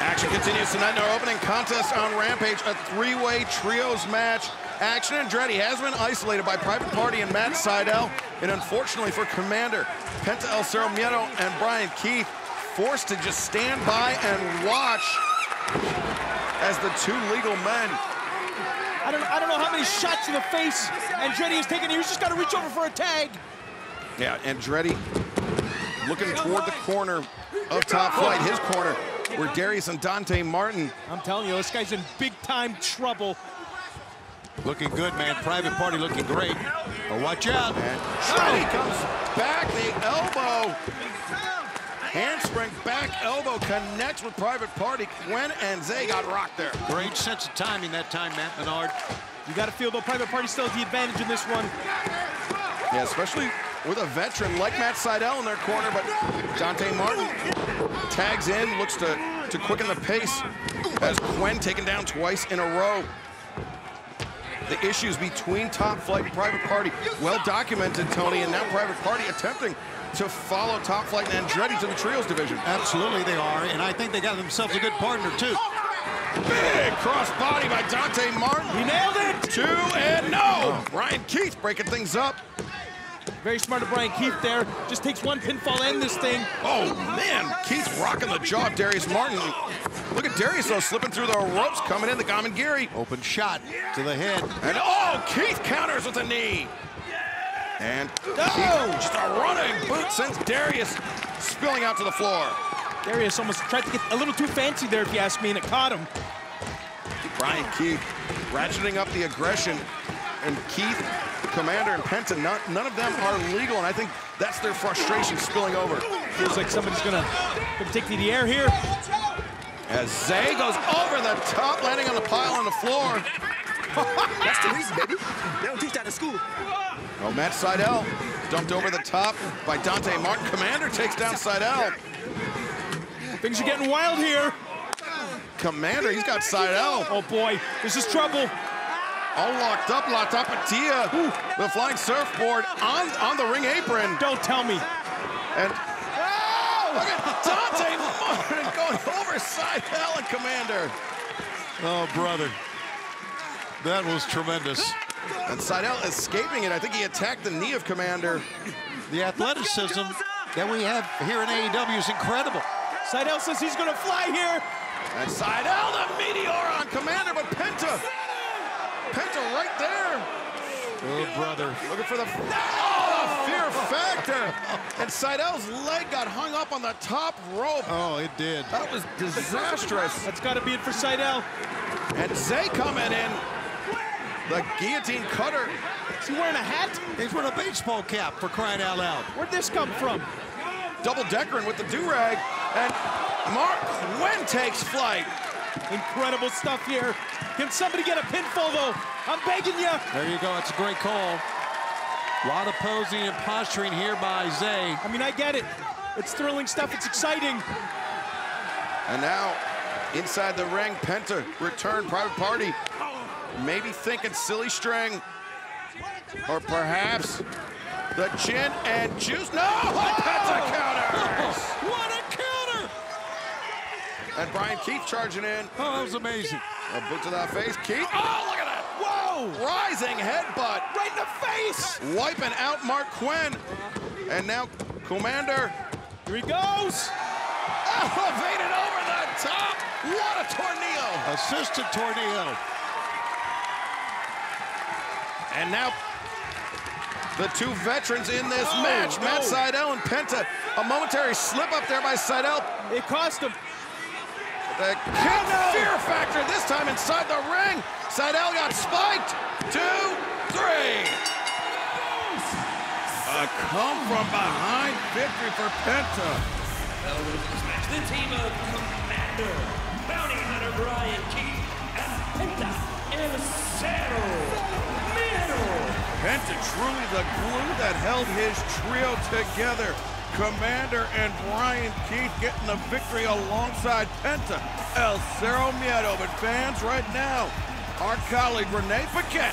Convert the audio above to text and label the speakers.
Speaker 1: Action continues tonight in our opening contest on Rampage, a three-way trios match. Action Andretti has been isolated by Private Party and Matt Seidel, and unfortunately for Commander, Penta El Cerro Miedo and Brian Keith forced to just stand by and watch as the two legal men
Speaker 2: I don't, I don't know how many shots to the face Andretti has taken. He's just got to reach over for a tag.
Speaker 1: Yeah, Andretti looking toward the corner of Top Flight, his corner, where Darius and Dante Martin.
Speaker 2: I'm telling you, this guy's in big time trouble.
Speaker 3: Looking good, man. Private Party looking great. But watch out.
Speaker 1: And Andretti comes back, the elbow. Handspring, back elbow connects with Private Party. Gwen and Zay got rocked there.
Speaker 3: Great sense of timing that time, Matt Menard.
Speaker 2: You got to feel though Private Party still has the advantage in this one.
Speaker 1: Yeah, especially with a veteran like Matt Seidel in their corner, but Dante Martin tags in, looks to, to quicken the pace as Gwen taken down twice in a row. The issues between Top Flight and Private Party, well documented, Tony, and now Private Party attempting to follow Top Flight and Andretti to the trios division.
Speaker 3: Absolutely they are, and I think they got themselves a good partner, too.
Speaker 1: Big cross body by Dante Martin.
Speaker 2: He nailed it.
Speaker 1: Two and no. Ryan Keith breaking things up.
Speaker 2: Very smart of Brian Keith there. Just takes one pinfall and this thing.
Speaker 1: Oh, man, Keith rocking the jaw of Darius Martin. Look at Darius, though, slipping through the ropes, coming in the Gamangiri.
Speaker 3: Open shot to the head.
Speaker 1: And oh, Keith counters with a knee. And
Speaker 2: No!
Speaker 1: just a running boot sends Darius spilling out to the floor.
Speaker 2: Darius almost tried to get a little too fancy there, if you ask me, and it caught him.
Speaker 1: Brian Keith ratcheting up the aggression. And Keith, Commander, and Penta, none, none of them are legal, and I think that's their frustration spilling over.
Speaker 2: Feels like somebody's gonna, gonna take me to the air here.
Speaker 1: As Zay goes over the top, landing on the pile on the floor.
Speaker 4: That's the reason, baby. They don't teach that in school.
Speaker 1: Oh, Matt Seidel dumped over the top by Dante Martin. Commander takes down Seidel.
Speaker 2: Things are getting wild here.
Speaker 1: Commander, he's got Seidel
Speaker 2: Oh boy, this is trouble.
Speaker 1: all locked up. La Tapatia, the flying surfboard on, on the ring apron.
Speaker 2: Don't tell me.
Speaker 1: And oh, look at Dante Martin going over Seidel and Commander.
Speaker 3: Oh, brother. That was tremendous.
Speaker 1: And Seidel escaping it. I think he attacked the knee of Commander.
Speaker 3: The athleticism that we have here in AEW is incredible.
Speaker 2: Seidel says he's gonna fly here.
Speaker 1: And Seidel, the meteor on Commander, but Penta. Penta right there.
Speaker 3: Oh, brother.
Speaker 1: Looking for the, oh, the fear factor. And Seidel's leg got hung up on the top rope.
Speaker 3: Oh, it did.
Speaker 1: That was disastrous.
Speaker 2: That's gotta be it for Seidel.
Speaker 1: And Zay coming in. The guillotine cutter.
Speaker 2: Is he wearing a hat?
Speaker 3: He's wearing a baseball cap for crying out loud.
Speaker 2: Where'd this come from?
Speaker 1: Double deckering with the do-rag. And Mark Quinn takes flight.
Speaker 2: Incredible stuff here. Can somebody get a pinfall though? I'm begging you.
Speaker 3: There you go. It's a great call. A lot of posing and posturing here by Zay.
Speaker 2: I mean, I get it. It's thrilling stuff. It's exciting.
Speaker 1: And now, inside the ring, Penta return private party. Maybe thinking silly string. Or perhaps the chin and juice. No! Penta counters!
Speaker 3: What a counter!
Speaker 1: And Brian Keith charging in.
Speaker 3: Oh, that was amazing.
Speaker 1: A boot to that face. Keith. Oh, look at that.
Speaker 2: Whoa!
Speaker 1: Rising headbutt.
Speaker 2: Right in the face.
Speaker 1: Wiping out Mark Quinn. And now Commander
Speaker 2: Here he goes.
Speaker 1: elevated over the top. What a tornado.
Speaker 3: Assisted tornado.
Speaker 1: And now the two veterans in this
Speaker 2: Oh,
Speaker 1: match, Matt
Speaker 2: no.
Speaker 1: Seidel and Penta. A momentary slip up there by Seidel.
Speaker 2: It cost him.
Speaker 1: The kick fear factor this time inside the ring. Seidel got spiked. Two, three. A come from behind victory for Penta.
Speaker 5: Elbows this match. The team of Commander, Bounty Hunter Brian Keith, and Penta El Cerro Miedo.
Speaker 1: Penta truly the glue that held his trio together. Commander and Brian Keith getting the victory alongside Penta, El Cerro Miedo. But fans, right now, our colleague Renee Paquette